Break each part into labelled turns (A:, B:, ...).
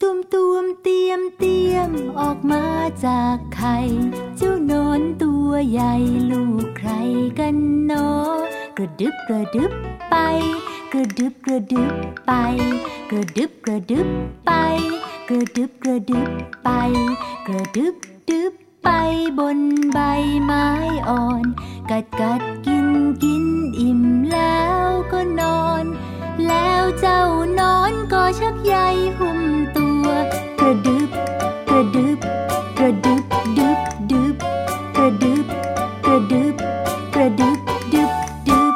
A: ตุมตุมเตรียมเตรียมออกมาจากไข่ เจ้าหนอนตัวใหญ่ลูกใครกันเนอกระดึบกระดึบไป กระดึบกระดึบไป กระดึบกระดึบไป กระดึบกระดึบไป กระดึบดึบไปบนใบไม้อ่อน กัดกัดกินกินอิ่มแล้วก็นอน แล้วเจ้านอนก็ชักใยหุ้มตัว กระดึบ กระดึบ กระดึบดึบดึบกระดึบ กระดึบ กระดึบดึบดึบ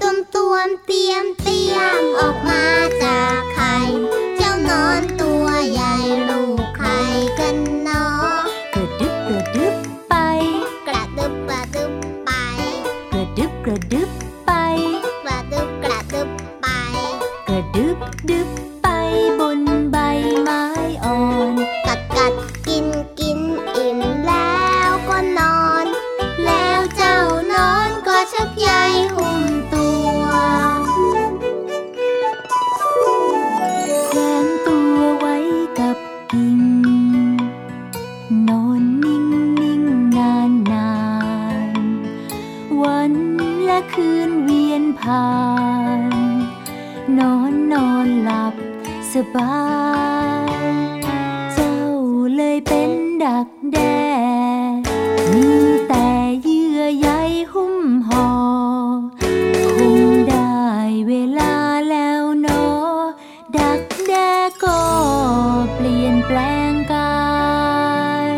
B: ตุ่มตุ่มเตรียมเตรียมออกมาจากไข่ เจ้านอนตัวใหญ่ลูกไข่กันเนาะ
A: กระดึบกระดึบไป
B: กระดึบกระดึบไป
A: กระดึบกระดึบไป
B: กระดึบกระดึบไป
A: กระดึบดึบไปบนใบไม้อ่อน
B: กัดกัดกินกินอิ่มแล้วก็นอน แล้วเจ้านอนก็ชักใยหุ้มตัว
A: แขวนตัวไว้กับกิ่ง นอนนิ่งนิ่งนานนานวันและคืนเวียนผ่าน นอนนอนหลับสบาย เจ้าเลยเป็นดักแด้มีแต่เยื่อใยหุ้มห่อ คงได้เวลาแล้วเนอ ดักแด้ก็เปลี่ยนแปลงกาย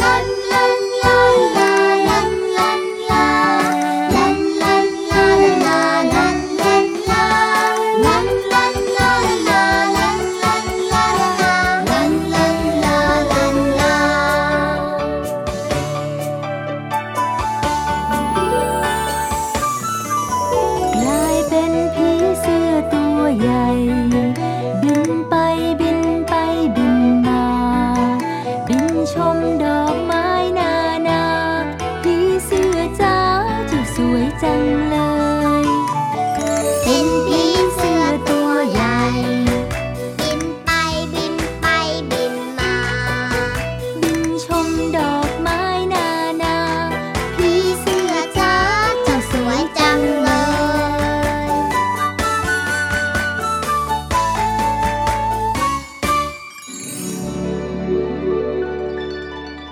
A: ลันลันลาลาลันลันลาลันลันลาลาลันลันลาลันลันลาลาลันลันลาลันลันลาลันลา กลายเป็นผีเสื้อตัวใหญ่ บินไปบินไปบินมา บินชมดอกไม้นานาผีเสื้อจ้าเจุดสวยจังเลย
B: เป็นผีเสื้อตัวใหญ่ บินไปบินไปบินมา
A: บินชมดอกไม้นานา
B: ผีเสื้อจ้าเจ้าสวยจังเลย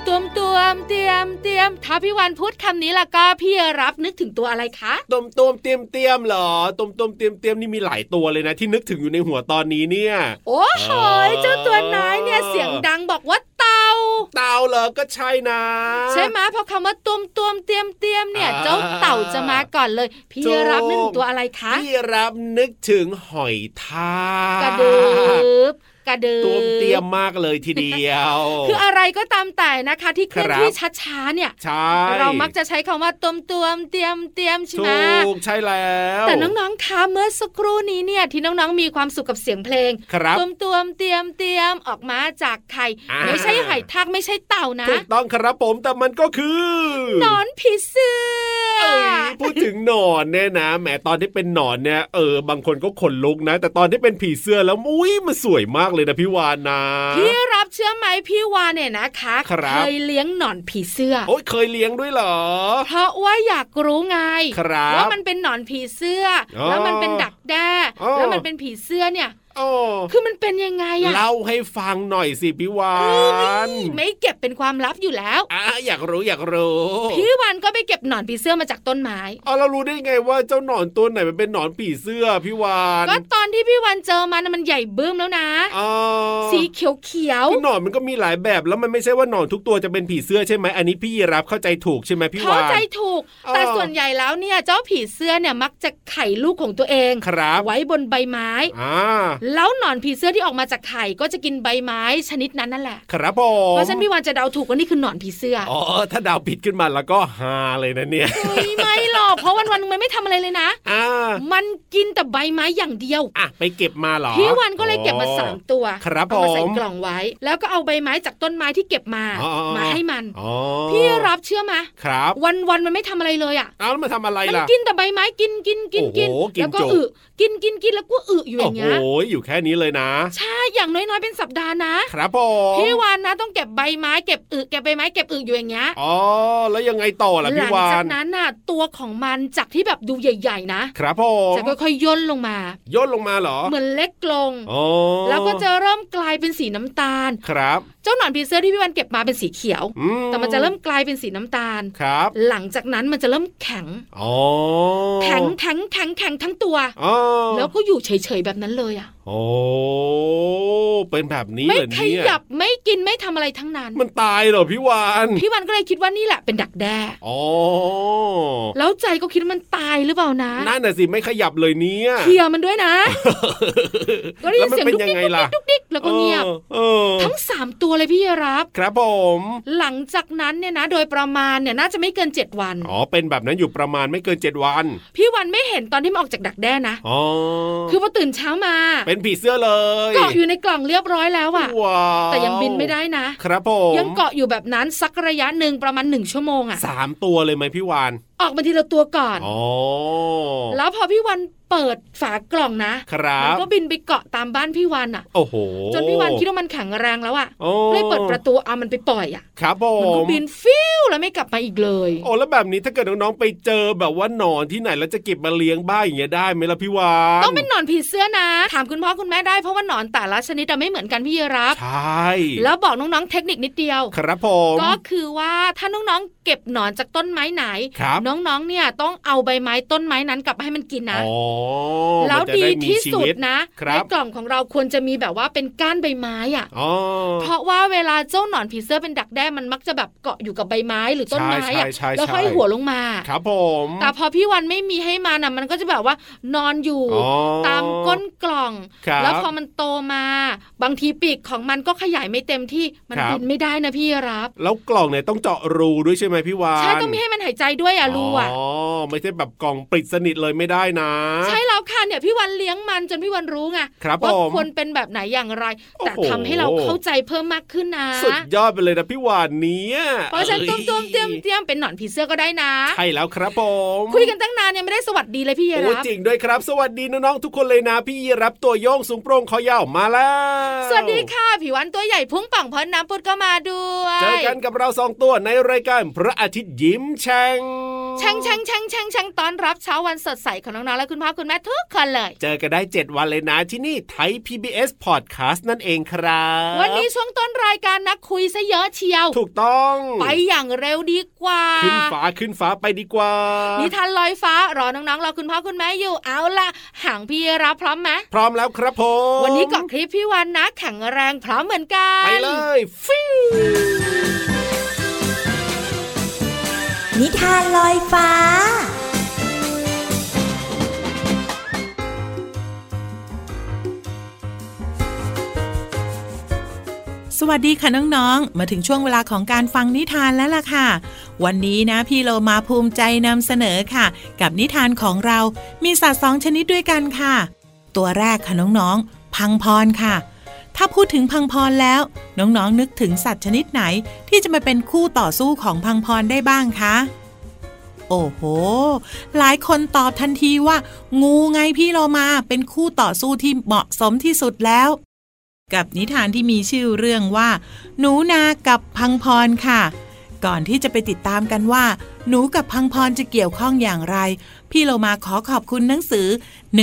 C: ตุวมตุวมเตรียมเตรียมถ้าพี่วันพูดคำนี้ล่ะก็พี่รับนึกถึงตัวอะไรคะ
D: ต้มต้มเตรียมเตรียมเหรอต้มต้มเตรียมเตรียมนี่มีหลายตัวเลยนะ ที่นึกถึงอยู่ในหัวตอนนี้เนี่ย
C: โอ้โหยเจ้าตัวน้อยเนี่ยเสียงดังบอกว่าเตา
D: เต่าเหรอก็ใช่นะ
C: ใช่ไหมเพราะคำว่าตุวมตุวมเตรียมเตรียมเนี่ย
D: อ่า
C: เจ้าเต่าจะมาก่อนเลย พี่รับนึกถึงตัวอะไรคะ
D: พี่รับนึกถึงหอยทาก
C: กระดึบกระดึบ
D: ตัวเตรียมมากเลยทีเดียว
C: คืออะไรก็ตามแต่นะคะ ที่เคลื่อน
D: ครับ
C: ที่ช้าๆเนี่ย
D: ใช่
C: เรามักจะใช้คำว่าตุวมตุวมเตรียมเตรียมใช่ไหม
D: ถูกใช่แล้ว
C: แต่น้องๆ คะเมื่อสักครู่นี้เนี่ยที่น้องๆ มีความสุขกับเสียงเพลง
D: ครับ
C: ตุมตวมๆเตรียมเตรียมออกมาจากไข่
D: อ่า
C: ไม่ใช่หอยทากไม่ใช่เต่านะ
D: ถูกต้องครับผมแต่มันก็คือ
C: หนอนผีเสื้อ
D: เอ้ยพูดถึงหนอนเนี่ยนะแหมตอนที่เป็นหนอนเนี่ยเออบางคนก็ขนลุกนะ แต่ตอนที่เป็นผีเสื้อแล้วอุ้ยมันสวยมากเลยนะพี่วานนะ
C: พี่รับเชื่อไหมพี่วานเนี่ยนะคะ
D: ครับ
C: เคยเลี้ยงหนอนผีเสื้อ
D: โอ้ยเคยเลี้ยงด้วยเหรอ
C: เพราะว่าอยากรู้ไง
D: ครับ
C: ว่ามันเป็นหนอนผีเสื้ออ
D: อ
C: แล้วมันเป็นดักแด้
D: อ๋อ
C: แล้วมันเป็นผีเสื้อเนี่ย
D: อ้อ
C: คือมันเป็นยังไงอะ
D: เล่าให้ฟังหน่อยสิพี่วาน
C: ไม่เก็บเป็นความลับอยู่แล้ว
D: อ่ะอยากรู้อยากรู้
C: พี่วานก็ไปเก็บหนอนผีเสื้อมาจากต้นไม้
D: เอาเรารู้ได้ไงว่าเจ้าหนอนตัวไหนมันเป็นหนอนผีเสื้อพี่วาน
C: ก็ตอนที่พี่วันเจอมันน่ะมันใหญ่บึ้มแล้วนะ
D: อ๋อ
C: สีเขียวเขียว
D: คือหนอนมันก็มีหลายแบบแล้วมันไม่ใช่ว่าหนอนทุกตัวจะเป็นผีเสื้อใช่ไหมอันนี้พี่รับเข้าใจถูกใช่ไหม
C: เข้าว
D: พี่าน
C: ใจถูก
D: อ๋อ
C: แต่ส่วนใหญ่แล้วเนี่ยเจ้าผีเสื้อเนี่ยมักจะไข่ลูกของตัวเอง
D: ครับ
C: ไว้บนใบไม้
D: อ่า
C: แล้วหนอนผีเสื้อที่ออกมาจากไข่ก็จะกินใบไม้ชนิดนั้นนั่นแหละ
D: ครับผม
C: เพราะฉะนันพี่วันจะเดาถูกว่านี่คือหนอนผีเสื้ออ
D: อ๋อถ้าเดาวผิดขึ้นมาแล้วก็ฮาเลยนะเนี่ย
C: เฮ้ยไม่หรอก เพราะวันวันๆมันไม่ทำอะไรเลยนะ
D: อ่า
C: มันกินแต่ใบไม้อย่างเดียว
D: อ่ะไปเก็บมาเหรอ
C: พี่วันก็เลยเก็บมา
D: อ๋อ
C: สามตัว
D: ครับ
C: เอามาใส่
D: ผม
C: กล่องไว้ แล้วก็เอาใบไม้จากต้นไม้ที่เก็บมา
D: อ๋ออ๋ออ๋อ
C: มาให้มัน
D: อ๋อ
C: พี่รับเชื่อมา
D: ครับ
C: วันวันๆมันไม่ทำอะไรเลยอ่ะ
D: เอาแล้วมาทำอะไร
C: มัน
D: ล่ะ
C: กินแต่ใบไม้กินกินกินกิน
D: โอ้โหกิน
C: แล้วก็
D: จุ
C: อึกินกินกินแล้วก็อึอยู่อ
D: โอ้
C: ย่าง
D: โห
C: เงี้ย
D: อยู่แค่นี้เลยนะ
C: ใช่อย่างน้อยๆเป็นสัปดาห์นะครับ
D: ผม
C: พี่วานนะต้องเก็บใบไม้เก็บอึเก็บใบไม้เก็บอึอยู่อย่างเงี้ย
D: อ๋อแล้วยังไงต่อ
C: ห
D: ล่ะพี่
C: ลั
D: วา
C: จาก
D: น
C: นั้นน่ะตัวของมันจากที่แบบดูใหญ่ ๆ นะครับ
D: ผม
C: จะค่อยๆย่นลงมา
D: ย่นลงมาเหรอ
C: เหมือนเล็กลง
D: อ๋อ
C: แล้วก็จะเริ่มกลายเป็นสีน้ำตาล
D: ครับ
C: เจ้าหนอนผีเสื้อที่พี่วันเก็บมาเป็นสีเขียว
D: อื
C: แต่มันจะเริ่มกลายเป็นสีน้ำตาล
D: ครับ
C: หลังจากนั้นมันจะเริ่มแข็ง
D: อ๋อ
C: แข็งแข็งแข็งแข็งทั้งตัว
D: อ๋อ
C: แล้วก็อยู่เฉยๆแบบนั้นเลยอ่ะ
D: โอ้เป็นแบบนี้
C: ไม่
D: เหรอ
C: ข
D: เนี่ย
C: ยับไม่กินไม่ทำอะไรทั้งนั้น
D: มันตายเหรอพี่วาน
C: พี่วันก็เลยคิดว่านี่แหละเป็นดักแด้
D: อ๋อ
C: แล้วใจก็คิดว่ามันตายหรือเปล่านะ
D: นั่นน่ะสิไม่ขยับเลยเนี่ย
C: เคลียร์มัน ด้วยนะ ก็ได้
D: แล้
C: ยิ
D: วน มัน
C: เสียง
D: เป็น
C: ดุ๊กดิ๊
D: ยั
C: ก
D: งไง
C: ดุ๊ก
D: ล่ะ
C: ดิ๊กดุ๊กดิ๊กแล้วก็เงียบ
D: เออเออ
C: ทั้งสามตัวเลยพี่รับ
D: ครับผม
C: หลังจากนั้นเนี่ยนะ โดยประมาณเนี่ยน่าจะไม่เกินเจ็ดวัน
D: อ๋อเป็นแบบนั้นอยู่ประมาณไม่เกินเจ็ดวัน
C: พี่วันไม่เห็นตอนที่มันออกจากดักแด้นะ
D: อ๋อ
C: คือพอตื่นเช้ามา
D: เป็นผีเสื้อเลย
C: เกาะอยู่ในกล่องเรียบร้อยแล้วอะ
D: ว้าว
C: แต่ยังบินไม่ได้นะ
D: ครับผม
C: ยังเกาะอยู่แบบนั้นสักระยะหนึ่งประมาณหนึ่งชั่วโมงอะ
D: สามตัวเลยไหมพี่วาน
C: ออกมาทีละตัวก่อน
D: อ๋อ
C: แล้วพอพี่วันเปิดฝากล่องนะ
D: ครั
C: มัน
D: บ
C: ก็บินไปเกาะตามบ้านพี่วันอะ
D: โอ้โห
C: จนพี่วันคิดว่ามันแข็งแรงแล้วอะ
D: โอ้
C: เลยเปิดประตูเอามันไปปล่อยอะ
D: ครับผ
C: มันก็
D: ม
C: บินฟิวแล้วไม่กลับมาอีกเลย
D: โอ้แล้วแบบนี้ถ้าเกิดน้องๆไปเจอแบบว่าหนอนที่ไหนแล้วจะเก็บมาเลี้ยงบ้างอย่างเงี้ยได้ไหมล่ะพี่วาน
C: ต้องเป็นหนอนผีเสื้อนะ ถามคุณพ่อคุณแม่ได้เพราะว่าหนอนแต่ละชนิดอะไม่เหมือนกันพี่รับ
D: ใช่
C: แล้วบอกน้องๆเทคนิคนิดเดียว
D: ครับผม
C: ก็คือว่าถ้าน้องๆเก็บหนอนจากต้นไม้ไหน
D: ครับ
C: น้องๆ เนี่ยต้องเอาใบไม้ต้นไม้นั้นกลับมาให้มันกินนะ
D: อ๋อ
C: แล้ว
D: มันจะ
C: ดี
D: ไมี
C: ที่
D: ชี
C: สุด
D: วิต
C: นะ
D: ครับ
C: ในกล่องของเราควรจะมีแบบว่าเป็นก้านใบไม้อะ
D: อ๋อ
C: เพราะว่าเวลาเจ้าหนอนผีเสื้อเป็นดักแด้มันมักจะแบบเกาะอยู่กับใบไม้หรือต้นไม้
D: ใช่
C: อะ
D: ใช่ใช่
C: แล้ว
D: ใช่
C: ห้อยหัวลงมา
D: ครับผม
C: แต่พอพี่วันไม่มีให้มันอ่ะมันก็จะแบบว่านอนอยู่
D: อ๋อ
C: ตามก้นกล่อง
D: ครับ
C: แล้วพอมันโตมา บางทีปีกของมันก็ขยายไม่เต็มที่มัน
D: ครับ
C: บินไม่ได้นะพี่รับ
D: แล้วกล่องเนี่ยต้องเจาะรูด้วยใช่ไหมพี่วาน
C: ใช่ต้องมีให้มันหายใจด้วยอ่ะรูอ่ะ
D: อ๋อไม่ใช่แบบกล่องปิดสนิทเลยไม่ได้นะ
C: ใช่แล้วค่ะเนี่ยพี่วันเลี้ยงมันจนพี่วันรู้ไง
D: ครับผ
C: ว่าม ควรเป็นแบบไหนอย่างไร
D: โอ้โห
C: แต่ทำให้เราเข้าใจเพิ่มมากขึ้นนะ
D: สุดยอดไปเลยนะพี่วานเนี้ย
C: เพราะฉะนั้นตุ้มตุ้มๆเตี้ยม
D: อ้
C: เตี้ยมเป็นหนอนผีเสื้อก็ได้นะ
D: ใช่แล้วครับผม
C: คุยกันตั้งนานเนี่ยไม่ได้สวัสดีเลยพี่เย
D: โอ้
C: รับ
D: จริงด้วยครับ สวัสดีน้องๆทุกคนเลยนะพี่รับตัวโยงสูงโปร่งคอยาวมาแล้ว
C: สวัสดีค่ะผิววันตัวใหญ่พุ่งป่องพอนน้ำปุดก็มาด้วย
D: เจอกันกับเราสองตัวในรายการพระอาทิตย์ยิ้มแฉ่ง
C: แช่งแช่งแช่งแช่งแช่งตอนรับเช้าวันสดใสของน้องๆและคุณพ่อคุณแม่ทุกคนเลย
D: เจอกันได้ 7 วันเลยนะที่นี่ไทย PBS Podcast นั่นเองครับ
C: วันนี้ช่วงต้นรายการนะคุยซะเยอะเชียว
D: ถูกต้อง
C: ไปอย่างเร็วดีกว่า
D: ขึ้นฟ้าขึ้นฟ้าไปดีกว่า
C: นิทานลอยฟ้ารอน้องๆรอคุณพ่อคุณแม่อยู่เอาล่ะห่างพี่รับพร้อมไหม
D: พร้อมแล้วครับผม
C: วันนี้เกาะคลิปพี่วันนะแข็งแรงพร้อมเหมือนกัน
D: ไปเลย ฟิว
A: นิทานลอยฟ้า
E: สวัสดีค่ะน้องๆ มาถึงช่วงเวลาของการฟังนิทานแล้วล่ะค่ะ วันนี้นะพี่โลมาภูมิใจนำเสนอค่ะ กับนิทานของเรามีสัตว์สองชนิดด้วยกันค่ะ ตัวแรกค่ะน้องๆ พังพรค่ะ ถ้าพูดถึงพังพรแล้ว น้องๆนนึกถึงสัตว์ชนิดไหน ที่จะมาเป็นคู่ต่อสู้ของพังพรได้บ้างคะโอ้โห หลายคนตอบทันทีว่า งูไงพี่โลมาเป็นคู่ต่อสู้ที่เหมาะสมที่สุดแล้ว กับนิทานที่มีชื่อเรื่องว่า หนูนากับพังพรค่ะ ก่อนที่จะไปติดตามกันว่า หนูกับพังพรจะเกี่ยวข้องอย่างไร พี่โลมาขอขอบคุณหนังสือ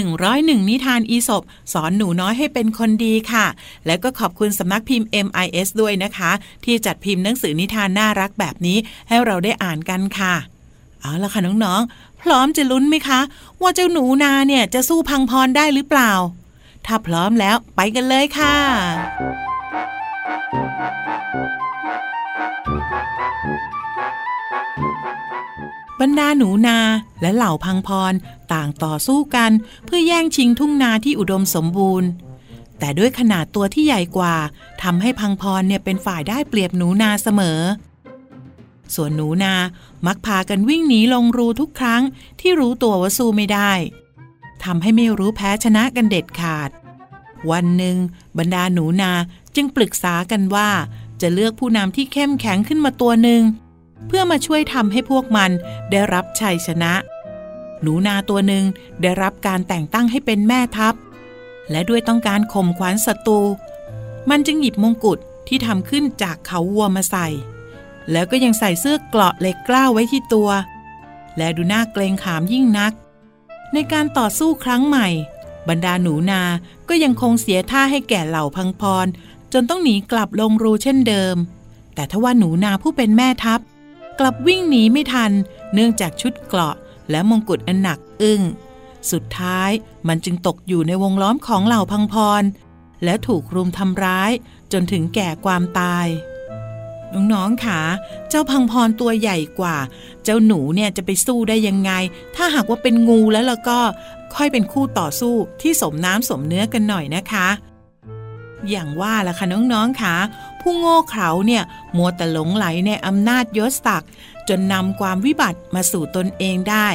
E: 101 นิทานอีสบสอนหนูน้อยให้เป็นคนดีค่ะ และก็ขอบคุณสำนักพิมพ์ MIS ด้วยนะคะ ที่จัดพิมพ์หนังสือนิทานน่ารักแบบนี้ให้เราได้อ่านกันค่ะ เอาละค่ะน้องๆ พร้อมจะลุ้นไหมคะ ว่าเจ้าหนูนาเนี่ยจะสู้พังพรได้หรือเปล่า ถ้าพร้อมแล้วไปกันเลยค่ะ บรรดาหนูนาและเหล่าพังพร ต่างต่อสู้กัน เพื่อแย่งชิงทุ่งนาที่อุดมสมบูรณ์ แต่ด้วยขนาดตัวที่ใหญ่กว่าทำให้พังพรเนี่ยเป็นฝ่ายได้เปรียบหนูนาเสมอ ส่วนหนูนา มักพากันวิ่งหนีลงรูทุกครั้งที่รู้ตัวว่าสู้ไม่ได้ทำให้ไม่รู้แพ้ชนะกันเด็ดขาด วันหนึ่งบรรดาหนูนาจึงปรึกษากันว่า จะเลือกผู้นำที่เข้มแข็งขึ้นมาตัวหนึ่ง เพื่อมาช่วยทำให้พวกมันได้รับชัยชนะ หนูนาตัวหนึ่งได้รับการแต่งตั้งให้เป็นแม่ทัพ และด้วยต้องการข่มขวัญศัตรู มันจึงหยิบมงกุฎที่ทำขึ้นจากเขาวัวมาใส่ แล้วก็ยังใส่เสื้อเกราะเหล็กกล้าวไว้ที่ตัว และดูน่าเกรงขามยิ่งนัก ในการต่อสู้ครั้งใหม่ บรรดาหนูนาก็ยังคงเสียท่าให้แก่เหล่าพังพร จนต้องหนีกลับลงรูเช่นเดิม แต่ทว่าหนูนาผู้เป็นแม่ทัพ กลับวิ่งหนีไม่ทัน เนื่องจากชุดเกราะและมงกุฎอันหนักอึ้ง สุดท้ายมันจึงตกอยู่ในวงล้อมของเหล่าพังพร และถูกรุมทำร้ายจนถึงแก่ความตาย น้องๆค่ะ เจ้าพังพรตัวใหญ่กว่า เจ้าหนูเนี่ยจะไปสู้ได้ยังไง ถ้าหากว่าเป็นงูแล้วแล้วก็ค่อยเป็นคู่ต่อสู้ที่สมน้ำสมเนื้อกันหน่อยนะคะ อย่างว่าล่ะค่ะน้องๆค่ะ ผู้โง่เขลาเนี่ยมัวแต่หลงไหลในอำนาจยศศักดิ์จนนำความวิบัติมาสู่ตนเองได้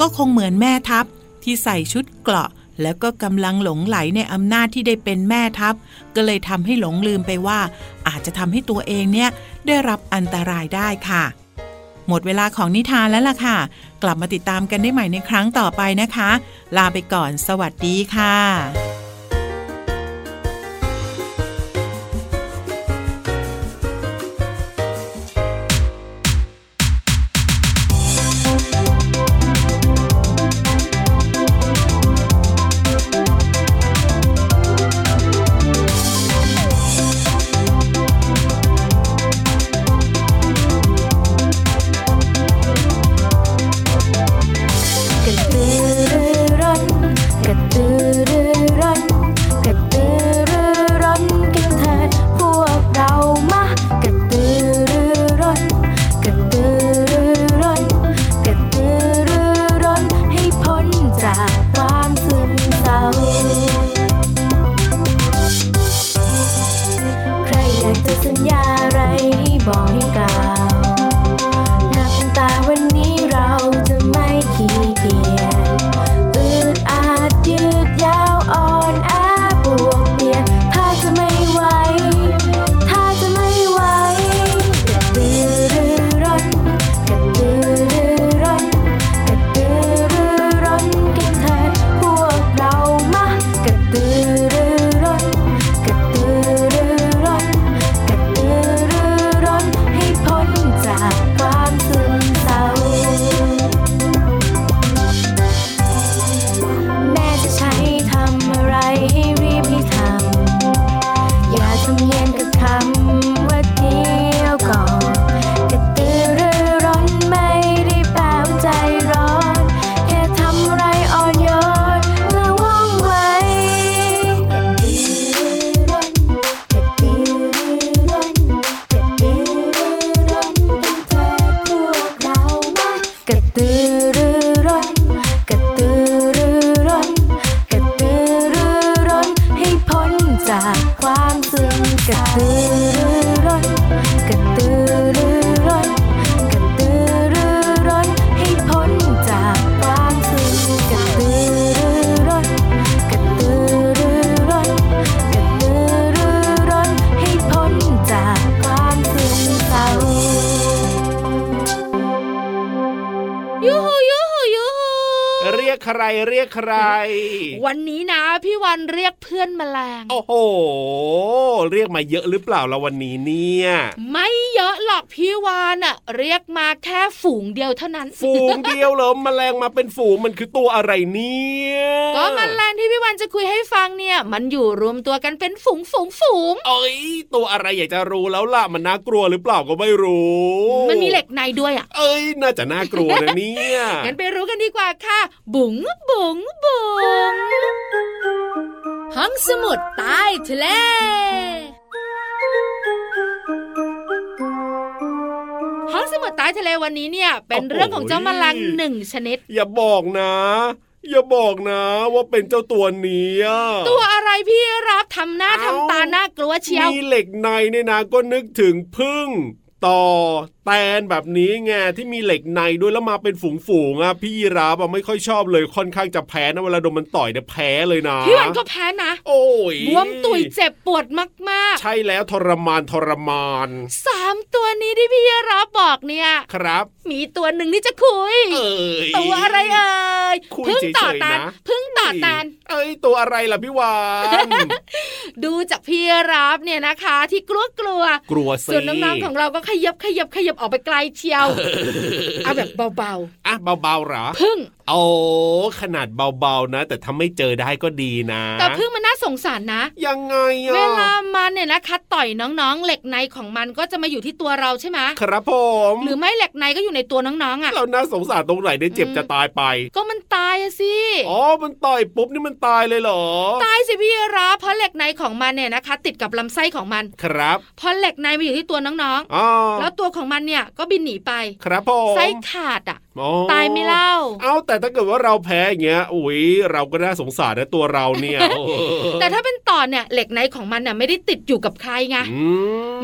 E: ก็คงเหมือนแม่ทัพที่ใส่ชุดเกราะ แล้วก็กำลังหลงไหลในอำนาจที่ได้เป็นแม่ทัพ ก็เลยทำให้หลงลืมไปว่า อาจจะทำให้ตัวเองเนี่ยได้รับอันตรายได้ค่ะ หมดเวลาของนิทานแล้วล่ะค่ะ กลับมาติดตามกันได้ใหม่ในครั้งต่อไปนะคะ ลาไปก่อนสวัสดีค่ะ
A: กระตือรือร้นกระตือรือร้นกระตือรือร้นกันเถิดพวกเรามากระตือรือร้นกระตือรือร้นกระตือรือร้นให้พ้นจากความซึมเศร้า ใครอยากจะสัญญาอะไรให้บอกให้กล่าว นับตั้งแต่วันนี้เราจะไม่ขี้เกียจอึดอัดยืดยาวอ่อนแอบวกเบียดถ้าจะไม่ไหว ถ้าจะไม่ไหวกระตือรือร้นกระตือรือร้นกระตือรือร้นกันเถิดพวกเรามากระตือรือร้นกระตือรือร้น กระตือรือร้นให้พ้นจากความซึมเศร้า แม่จะใช้ทำอะไรให้รีบให้ทำ อย่าทำเนียนกับคำว่าเที่ยวก่อน กระตือรือร้นไม่ได้แปลว่าใจร้อน แค่ทำอะไรอ่อนโยนและว่องไว กระตือรือร้นกระตือรือร้นกันเถิดพวกเรามากระตือรือร้นกระตือรือร้นกระตือรือร้นให้พ้นจากความซึมกระตือรือร้นกระตือรือร้นกระตือรือร้นให้พ้นจากความซึมกระตือรือร้นกระตือรือร้น กระตือรือร้นให้พ้นจากความซึมเศร้า
C: ยูฮูยูฮูยูฮู
D: เรียกใครเรียกใคร
C: วันนี้นะพี่วันเรียกเพื่อนแมลง
D: โอ้โห เรียกมาเยอะหรือเปล่าเราวันนี้เนี่ย
C: ไม่เยอะหรอกพี่วานอะเรียกมาแค่ฝูงเดียวเท่านั้น
D: ฝูงเดียวเหรอมแมลงมาเป็นฝูงมันคือตัวอะไรเนี่ย
C: ก็แมลงที่พี่วันจะคุยให้ฟังเนี่ย มันอยู่รวมตัวกันเป็นฝูงฝูงฝูง
D: เอ้ยตัวอะไรอยากจะรู้แล้วล่ะมันน่ากลัวหรือเปล่าก็ไม่รู้
C: มันมีเหล็กในด้วยอ่ะ
D: เอ้ยน่าจะน่ากลัวนะเนี่ย
C: งั้นไปรู้กันดีกว่าค่ะ บุ๋งบุ๋งบุ๋งห้องสมุดใต้ทะเล ห้องสมุดใต้ทะเลวันนี้เนี่ย เป็นเรื่องของเจ้าแมลงหนึ่งชนิด
D: อย่าบอกนะ อย่าบอกนะว่าเป็นเจ้าตัวเนี้ย
C: ตัวอะไรพี่ ทำหน้าทำตาหน้ากลัวเชียว
D: มีเหล็กในเนี่ยนะก็นึกถึงพึ่งต่อแตนแบบนี้ไงที่มีเหล็กในด้วยแล้วมาเป็นฝูงๆอ่ะพี่ยีราบอ่ะไม่ค่อยชอบเลยค่อนข้างจะแพ้นะเวลาโดนมันต่อยเนี่ยแพ้เลยนะ
C: พี่วันก็แพ้นะ
D: โอ้ย
C: บวมตุยเจ็บปวดมาก
D: ใช่แล้วทรมานทรมาน
C: ๆสามตัวนี้ที่พี่รับบอกเนี่ย
D: ครับ
C: มีตัวหนึ่งที่จะคุย
D: เอ้ย
C: ตัวอะไรเอ่ย
D: คุย
C: พึ่งต่อ
D: เฉยๆ
C: ตาน
D: นะ
C: พึ่งต่อตาน
D: เอ้ยตัวอะไรล่ะพี่วาน
C: ดูจากพี่รับเนี่ยนะคะ ที่กลัวกลัวๆ
D: กลัวสิ
C: ส่วนน้องๆของเราก็ขยับขยับขยับออกไปไกลเชียว เอาแบบเบา
D: อ่ะเบาๆเหรอ
C: ๆพึ่ง
D: โอ้ขนาดเบาๆนะ แต่ถ้าไม่เจอได้ก็ดีนะ
C: แต่พึ่งมันน่าสงสารนะ
D: ยังไงอ่ะ
C: เวลามันเนี่ยนะคะต่อยน้องๆ เหล็กในของมันก็จะมาอยู่ที่ตัวเราใช่ไหม
D: ครับผม
C: หรือไม่เหล็กในก็อยู่ในตัวน้องๆอ่ะ
D: เราน่าสงสารตรงไหนเนี่ยเจ็บ
C: อืม
D: จะตายไป
C: ก็มันตายอะสิ
D: อ๋อ มันต่อยปุ๊บนี่มันตายเลยเหรอ
C: ตายสิพี่รับเพราะเหล็กในของมันเนี่ยนะคะ ติดกับลำไส้ของมัน
D: ครับ
C: พอเหล็กในมาอยู่ที่ตัวน้อง
D: อ๋อ
C: ๆ แล้วตัวของมันเนี่ยก็บินหนีไป
D: ครับผม
C: ไส้ขาดอ่ะ
D: อ๋อ
C: ตายไหม่เล่า
D: เอาแต่ถ้าเกิดว่าเราแพ้อย่างเงี้ยอุ้ยเราก็น่าสงสารนะตัวเราเนี่ยโอ้
C: แต่ถ้าเป็นต่อเนี่ยเหล็กในของมันเนี่ยไม่ได้ติดอยู่กับใครไง
D: อื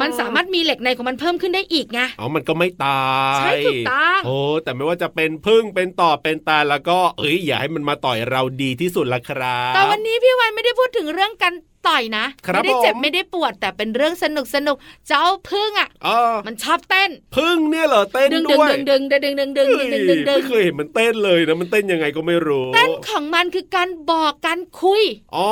C: มันสามารถมีเหล็กในของมันเพิ่มขึ้นได้อีกไง
D: เอามันก็ไม่ตาย
C: ใช่ถูกต้อง
D: โอ้แต่ไม่ว่าจะเป็นพึ่งเป็นต่อเป็นตาแล้วก็เอ้ยอย่าให้มันมาต่อยเราดีที่สุดละครับ
C: แต่วันนี้พี่วันไม่ได้พูดถึงเรื่องการต่อยนะครับ ไม่ได้เจ็บ
D: ผม
C: ไม่ได้ปวดแต่เป็นเรื่องสนุกสนุกเจ้าพึ่งอ่ะ
D: เออ
C: มันชอบเต้น
D: พึ่งเนี่ยเหรอเต้น
C: ดึงดึ
D: ด้
C: ง
D: วย
C: ดึงดึงดึงดึงดึงดึงดึงดึงดึง
D: เฮ้ยไม่เคยเห็นมันเต้นเลยนะมันเต้นยังไงก็ไม่รู้
C: เต้นของมันคือการบอกการคุย
D: อ๋อ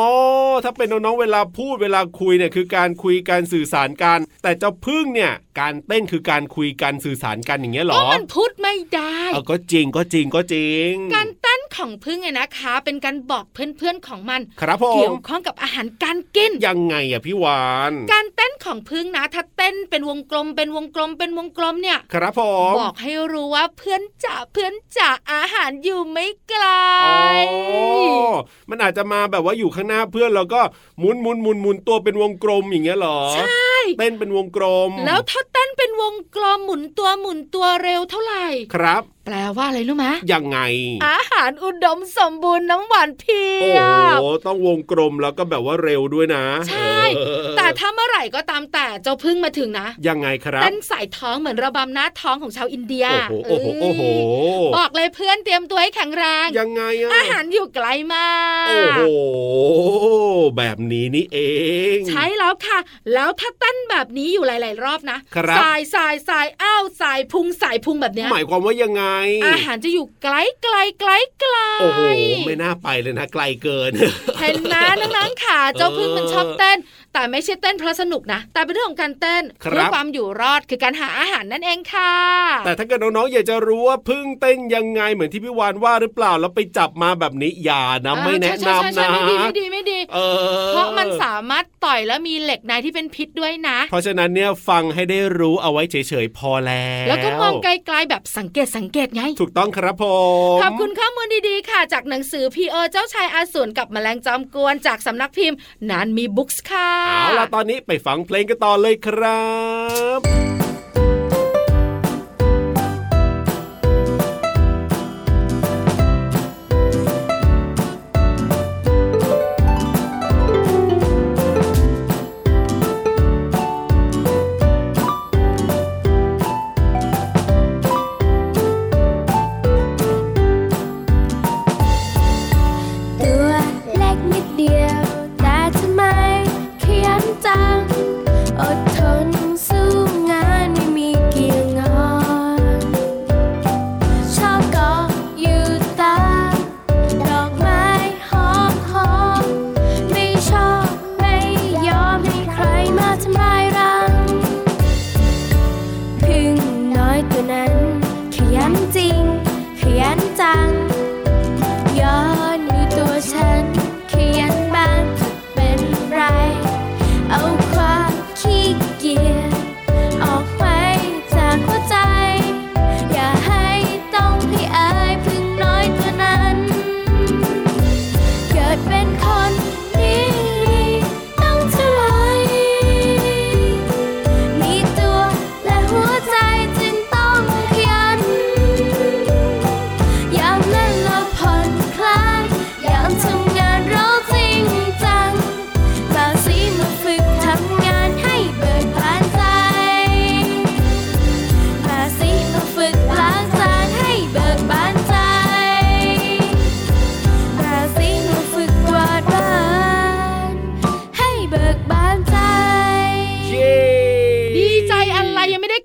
D: ถ้าเป็นน้องๆ เวลาพูดเวลาคุยเนี่ยคือการคุยการสื่อสารกัน แต่เจ้าพึ่งเนี่ย การเต้นคือการคุยการสื่อสารกันอย่างเงี้ยเหร
C: ก็
D: อ
C: มันพูดไม่ได้
D: เออก็จริงก็จริงก็จริง
C: การเต้นของพึ่งเนี่ยนะคะ เป็นการบอกเพื่อนๆของมัน
D: ครับผ
C: เกี่ย
D: ม
C: วข้องกับอาหารการกิน
D: ยังไงอ่ะพี่วาน
C: การเต้นของพึ่งนะ ถ้าเต้นเป็นวงกลมเป็นวงกลมเป็นวงกลมเนี่ย
D: ครับผม
C: บอกให้รู้ว่าเพื่อนจ๋าเพื่อนจ๋าอาหารอยู่ไม่ไกล
D: อ๋อมันอาจจะมาแบบว่าอยู่ข้างหน้าเพื่อนแล้วก็หมุนหมุนหมุนหมุนตัวเป็นวงกลมอย่างเงี้ยเหรอใช่เต้นเป็นวงกลม
C: แล้วถ้าเต้นเป็นวงกลมหมุนตัวหมุนตัวเร็วเท่าไหร่
D: ครับ
C: แปลว่าอะไรรู้ไหม
D: ยังไง
C: อาหารอุดมสมบูรณ์น้ำหวานเพี
D: โอ้
C: ยบ
D: โหต้องวงกลมแล้วก็แบบว่าเร็วด้วยนะ
C: ใช่
D: เออ
C: แต่ถ้าเมื่อไหร่ก็ตามแต่เจ้าพึ่งมาถึงนะ
D: ยังไงครับ
C: เต้นสายท้องเหมือนระบำหน้าท้องของชาวอินเดีย
D: โอ้โห โอ้โห โอ้โห
C: เอ้ยบอกเลยเพื่อนเตรียมตัวให้แข็งแรง
D: ยังไงอะ
C: อาหารอยู่ไกลมาก
D: โอ้โห แบบนี้นี่เอง
C: ใช่แล้วค่ะ แล้วถ้าเต้นแบบนี้อยู่หลาย ๆ รอบนะครับ สายสายสายอ้าวสายพุงสายพุงแบบเนี้ย
D: หมายความว่ายังไง
C: อาหารจะอยู่ไกลไกลไกลไกล
D: โอ้โห ไม่น่าไปเลยนะ ไกลเกิน
C: เห็น นะน้องๆค่ะเจ้าพึ่งมันชอบเต้น แต่ไม่ใช่เต้นเพราะสนุกนะ แต่เป็นเรื่องของการเต้น
D: ครับ
C: เพื่อความอยู่รอดคือการหาอาหารนั่นเองค่ะ
D: แต่ถ้าเกิดน้องๆ อยากจะรู้ว่าพึ่งเต้นยังไงเหมือนที่พี่วานว่าหรือเปล่า แล้วไปจับมาแบบนี้อย่านะไม่แนะนำ
C: ใช่
D: นะ
C: ๆๆๆไม่ดีไม่ดีไม่ดี
D: เออ
C: เพราะมันสามารถต่อยแล้วมีเหล็กในที่เป็นพิษด้วยนะ
D: เพราะฉะนั้นเนี่ยฟังให้ได้รู้เอาไว้เฉยๆ พอแล้ว
C: แล้วก็มองไกลๆแบบสังเกตสังเกตไง
D: ถูกต้องครับผม
C: ขอบคุณข้อมูลดีๆ ค่ะ จากหนังสือพีเอเจ้าชายอาสูรกับแมลงจอมกวนจากสำนักพิมพ์นานมีบุ๊กส์ค่ะ
D: เอาล่ะตอนนี้ไปฟังเพลงกันต่อเลยครับ
A: ตัวเล็กนิดเดียว แต่ทำไมขยันจัง อดทนสู้ง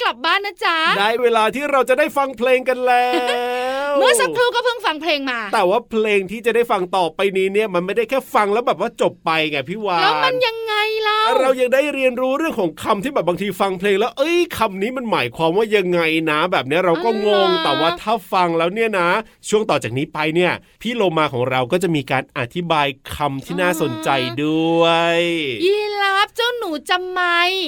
C: กลับบ้านนะจ๊ะ
D: ได้เวลาที่เราจะได้ฟังเพลงกันแล้ว
C: เมื่อสักครู่ก็เพิ่งฟังเพลงมา
D: แต่ว่าเพลงที่จะได้ฟังต่อไปนี้เนี่ยมันไม่ได้แค่ฟังแล้วแบบว่าจบไปไงพี่วา
C: แล้วมัน
D: น
C: ยังไงเล่า
D: เรายังได้เรียนรู้เรื่องของคำที่แบบบางทีฟังเพลงแล้ว เอ้ยคำนี้มันหมายความว่ายังไงนะ แบบเนี้ยเราก็งง แต่ว่าถ้าฟังแล้วเนี่ยนะ ช่วงต่อจากนี้ไปเนี่ย พี่โลมาของเราก็จะมีการอธิบายคำที่น่าสนใจด้วย
C: ยีราฟเจ้าหนูจำไหม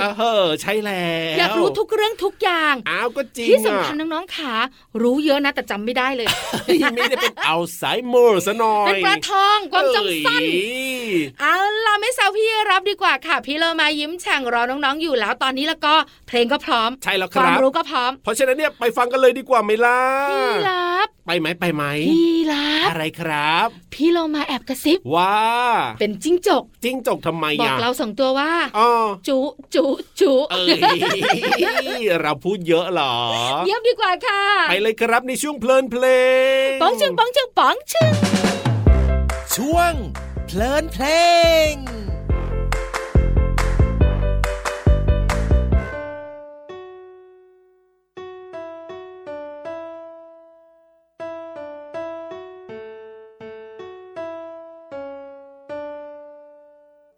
D: อ่าเฮ้อใช่แล้ว
C: อยากรู้ทุกเรื่องทุกอย่าง
D: อ้าวก็จริง
C: ที่สำ
D: อะ
C: คัญน้องๆขารู้เยอะนะแต่จำไม่ได้เลย
D: เฮ้ย ไม่ได้เป็นอัลไซเมอร์ซะหน่อย
C: เป็นปลาทองความจำสั้น
D: เอ้ย
C: เอาล่ะไม่แซวพี่รับดีกว่าค่ะ พี่เรามายิ้มแฉ่งรอน้องๆอยู่แล้วตอนนี้แล้วก็เพลงก็พร้อม
D: ใช่แล้วค
C: ความ
D: รับ
C: รู้ก็พร้อม
D: เพราะฉะนั้นเนี่ยไปฟังกันเลยดีกว่าไหมล่ะ
C: พี่รับ
D: ไปไหมไปไหม
C: พี่รับ
D: อะไรครับ
C: พี่เรามาแอบกระซิบ
D: ว่า
C: เป็นจิ้งจก
D: จิ้งจกทำไม
C: บอก
D: อ่ะ
C: เราสองตัวว่า
D: อ๋อ
C: จุจุจุ
D: เอ้ยเราพูดเยอะเหรอ
C: เยี่ยมดีกว่าค่ะ
D: ไปเลยครับในช่วงเพลินเพลง
C: ป๋องชึงป๋องชึงป๋องชึง
F: ช่วง เพลินเพลง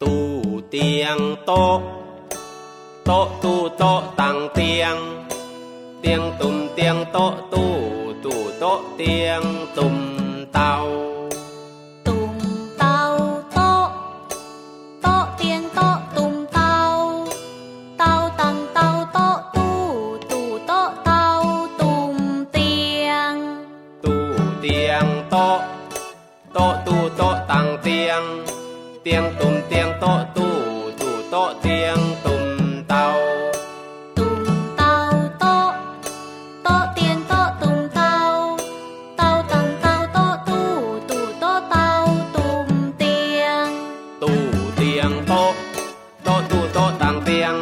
G: ตู้เตียงโต๊ะ โต๊ะตู้โต๊ะต่างเตียง เตียงตุ่มเตียงโต๊ะตู้ตู้โต๊ะเตียงตุ่มเตา
H: ตุ่มเตาโต๊ะโต๊ะเตียงโต๊ะตุ่มเตาเตาตังเตาโต๊ะตู้ตู้โต๊ะเตาตุ่มเตียง
G: ตู้เตียงโต๊ะ โต๊ะตู้โต๊ะต่างเตียง เตียงตุ่มเตียงโต๊ะตู้ตู้โต๊ะเตียงตุ่มเตา
H: ตุ่มเตาโต๊ะโต๊ะเตียงโต๊ะตุ่มเตาเตาตังเตาโต๊ะตู้ตู้โต๊ะเตาตุ่มเตียง
G: ตู้เตียงโต๊ะโต๊ะตู้โต๊ะต่างเตียง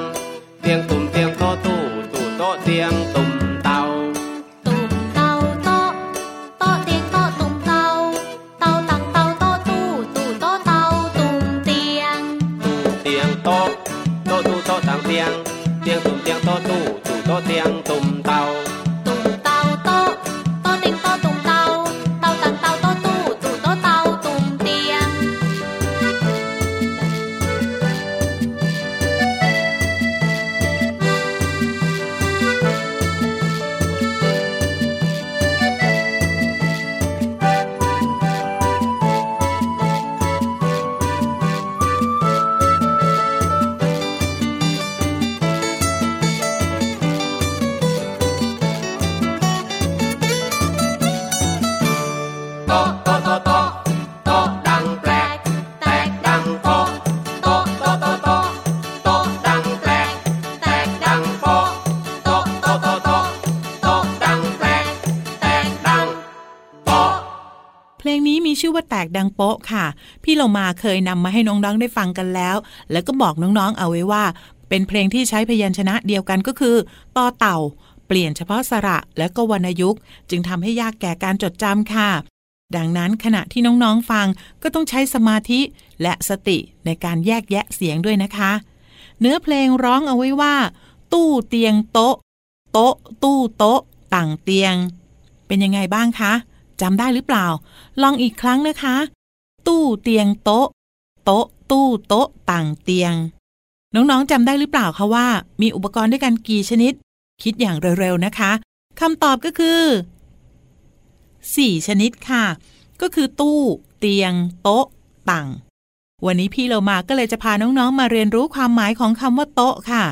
G: เตียงตุ่มเตียงโต๊ะตู้ตู้โต๊ะเตียงตุ่มเตา
H: ตุ่มเตาโต๊ะโต๊ะเตียงโต๊ะตุ่มเตาเตาตังเตาโต๊ะตู้ตู้โต๊ะเตาตุ่มเตียง
G: เตียงโต๊ะโต๊ะตู้โต๊ะต่างเตียง เตียงตุ่มเตียงโต๊ะตู้ตู้โต๊ะเตียงตุ่มเตา
H: ตุ่มเตาโต๊ะโต๊ะเตียงโต๊ะตุ่มเตาเตาตังเตาโต๊ะตู้ตู้โต๊ะเตาตุ่มเตียง
G: โต๊ะโต๊ะโต๊ะโต๊ะโต๊ะดังแปลก แตกดังโป๊ะโต๊ะโต๊ะโต๊ะโต๊ะโต๊ะดังแปลก แตกดังโป๊ะโต๊ะโต๊ะโต๊ะโต๊ะโต๊ะดังแปลก แตกดังโป๊ะ
E: เพลงนี้มีชื่อว่าแตกดังโป๊ะค่ะ พี่เรามาเคยนำมาให้น้องๆได้ฟังกันแล้ว แล้วก็บอกน้องๆเอาไว้ว่า เป็นเพลงที่ใช้พยัญชนะเดียวกันก็คือต่อเต่า เปลี่ยนเฉพาะสระและก็วรรณยุกต์ จึงทำให้ยากแก่การจดจำค่ะ ดังนั้นขณะที่น้องๆฟังก็ต้องใช้สมาธิและสติในการแยกแยะเสียงด้วยนะคะ เนื้อเพลงร้องเอาไว้ว่า ตู้เตียงโต๊ะ โต๊ะ ตู้โต๊ะ ต่างเตียง เป็นยังไงบ้างคะจำได้หรือเปล่า ลองอีกครั้งนะคะ ตู้เตียงโต๊ะ โต๊ะ ตู้โต๊ะ ต่างเตียง น้องๆจำได้หรือเปล่าคะว่า มีอุปกรณ์ด้วยกันกี่ชนิด คิดอย่างเร็วๆนะคะคำตอบก็คือ 4 ชนิดค่ะ ก็คือตู้ เตียง โต๊ะ ต่าง วันนี้พี่เรามาก็เลยจะพาน้องๆ มาเรียนรู้ความหมายของคำว่าโต๊ะค่ะ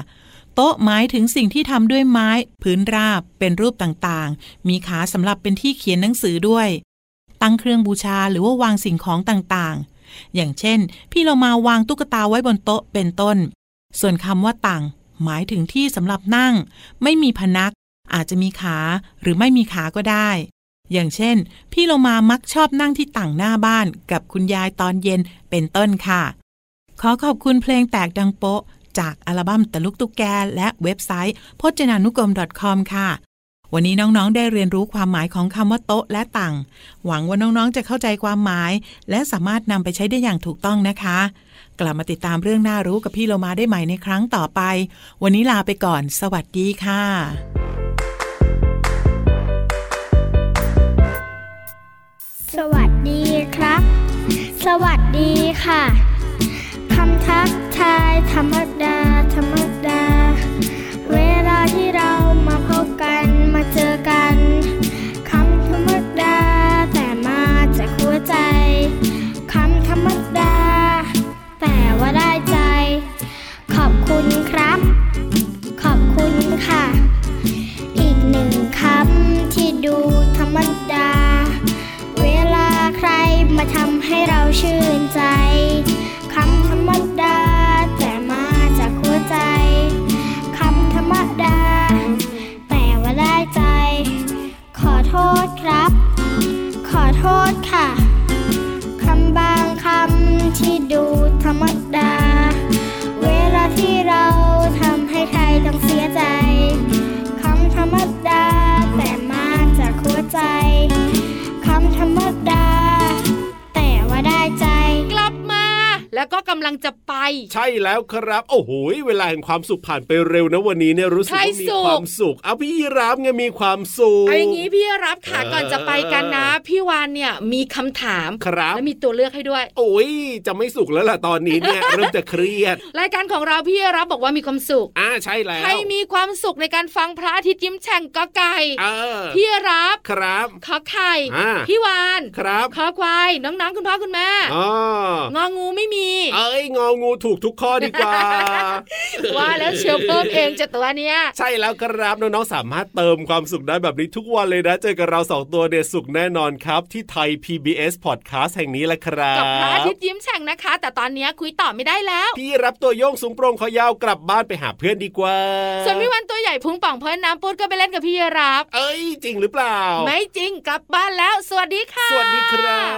E: โต๊ะหมายถึงสิ่งที่ทำด้วยไม้ พื้นราบ เป็นรูปต่างๆ มีขาสำหรับเป็นที่เขียนหนังสือด้วย ตั้งเครื่องบูชาหรือว่าวางสิ่งของต่างๆ อย่างเช่น พี่เรามาวางตุ๊กตาไว้บนโต๊ะเป็นต้น ส่วนคำว่าต่าง หมายถึงที่สำหรับนั่ง ไม่มีพนัก อาจจะมีขาหรือไม่มีขาก็ได้ อย่างเช่น พี่โลมามักชอบนั่งที่ต่างหน้าบ้านกับคุณยายตอนเย็นเป็นต้นค่ะ ขอขอบคุณเพลงแตกดังโป๊ะ จากอัลบั้มตะลุกตุกแกและเว็บไซต์พจนานุกรม .com ค่ะ วันนี้น้องๆ ได้เรียนรู้ความหมายของคำว่าโต๊ะและต่าง หวังว่าน้องๆ จะเข้าใจความหมาย และสามารถนำไปใช้ได้อย่างถูกต้องนะคะ กลับมาติดตามเรื่องน่ารู้กับพี่โลมาได้ใหม่ในครั้งต่อไป วันนี้ลาไปก่อน สวัสดีค่ะ
B: สวัสดีครับ สวัสดีค่ะ คำทักทายธรรมดา ธรรมดา เวลาที่เรามาพบกันมาเจอกัน คำธรรมดา แต่มาจากหัวใจ คำธรรมดา แต่ว่าได้ใจ ขอบคุณครับ ขอบคุณค่ะ อีกหนึ่งคำที่ดูธรรมดา เวลาใครมาทำให้เราชื่นใจ คำธรรมดา แต่มาจากหัวใจ คำธรรมดา แต่ว่าได้ใจ ขอโทษครับ ขอโทษค่ะ คำบางคำที่ดูธรรมดา เวลาที่เราทำให้ใครต้องเสียใจ คำธรรมดา แต่มาจากหัวใจ คำธรรมดา แต่ว่าได้ใจ
C: กลับมา แล้วก็กำลังจะไป
D: ใช่แล้วครับ โอ้โหเวลาแห่งความสุขผ่านไปเร็วนะวันนี้เนี่ยรู้สึกว่า
C: ใคร
D: มี
C: สุข
D: ความสุขเอาพี่ยีรับไงมีความสุข
C: เอาอย่างนี้พี่รับค่ะ
D: เออ
C: ก่อนจะไปกันนะ พี่วานเนี่ยมีคำถาม
D: ครับ
C: และมีตัวเลือกให้ด้วย
D: โอ้ยจะไม่สุขแล้วล่ะตอนนี้ เนี่ย เริ่มจะเครียด
C: รายการของเราพี่รับบอกว่ามีความสุข
D: อ่าใช่แล้ว
C: ใครมีความสุขในการฟังพระอาทิตย์ยิ้มแฉ่งก็ไก่
D: เออ
C: พี่รับ
D: ครับ
C: ขอไข่
D: อ่า
C: พี่วาน
D: ครับ
C: ขอควายน้องๆคุณพ่อคุณแม่
D: อ๋อง
C: องูไม่มี
D: เอ้ยงองูถูกทุกข้อดีกว่า
C: ว่าแล้วเชียวเพิ่มเองเจะตัวเนี้ย
D: ใช่แล้วครับน้องๆสามารถเติมความสุขได้แบบนี้ทุกวันเลยนะ เจอกับเราสองตัวเด็ดสุขแน่นอนครับ ที่ไทย PBS Podcast แห่งนี้แหละครับ
C: กับพระอาทิตย์ยิ้มแฉ่งนะคะ แต่ตอนเนี้ยคุยต่อไม่ได้แล้ว
D: พี่รับตัวโยงสูงโปรงเขายาวกลับบ้านไปหาเพื่อนดีกว่า
C: ส่วนพี่วันตัวใหญ่พุงป่องเพื่อนน้ำปูดก็ไปเล่นกับพี่รับ
D: เอ้ย จริงหรือเปล่า
C: ไม่จริงกลับบ้านแล้ว สวัสดีค่ะ
D: สวัสดีครับ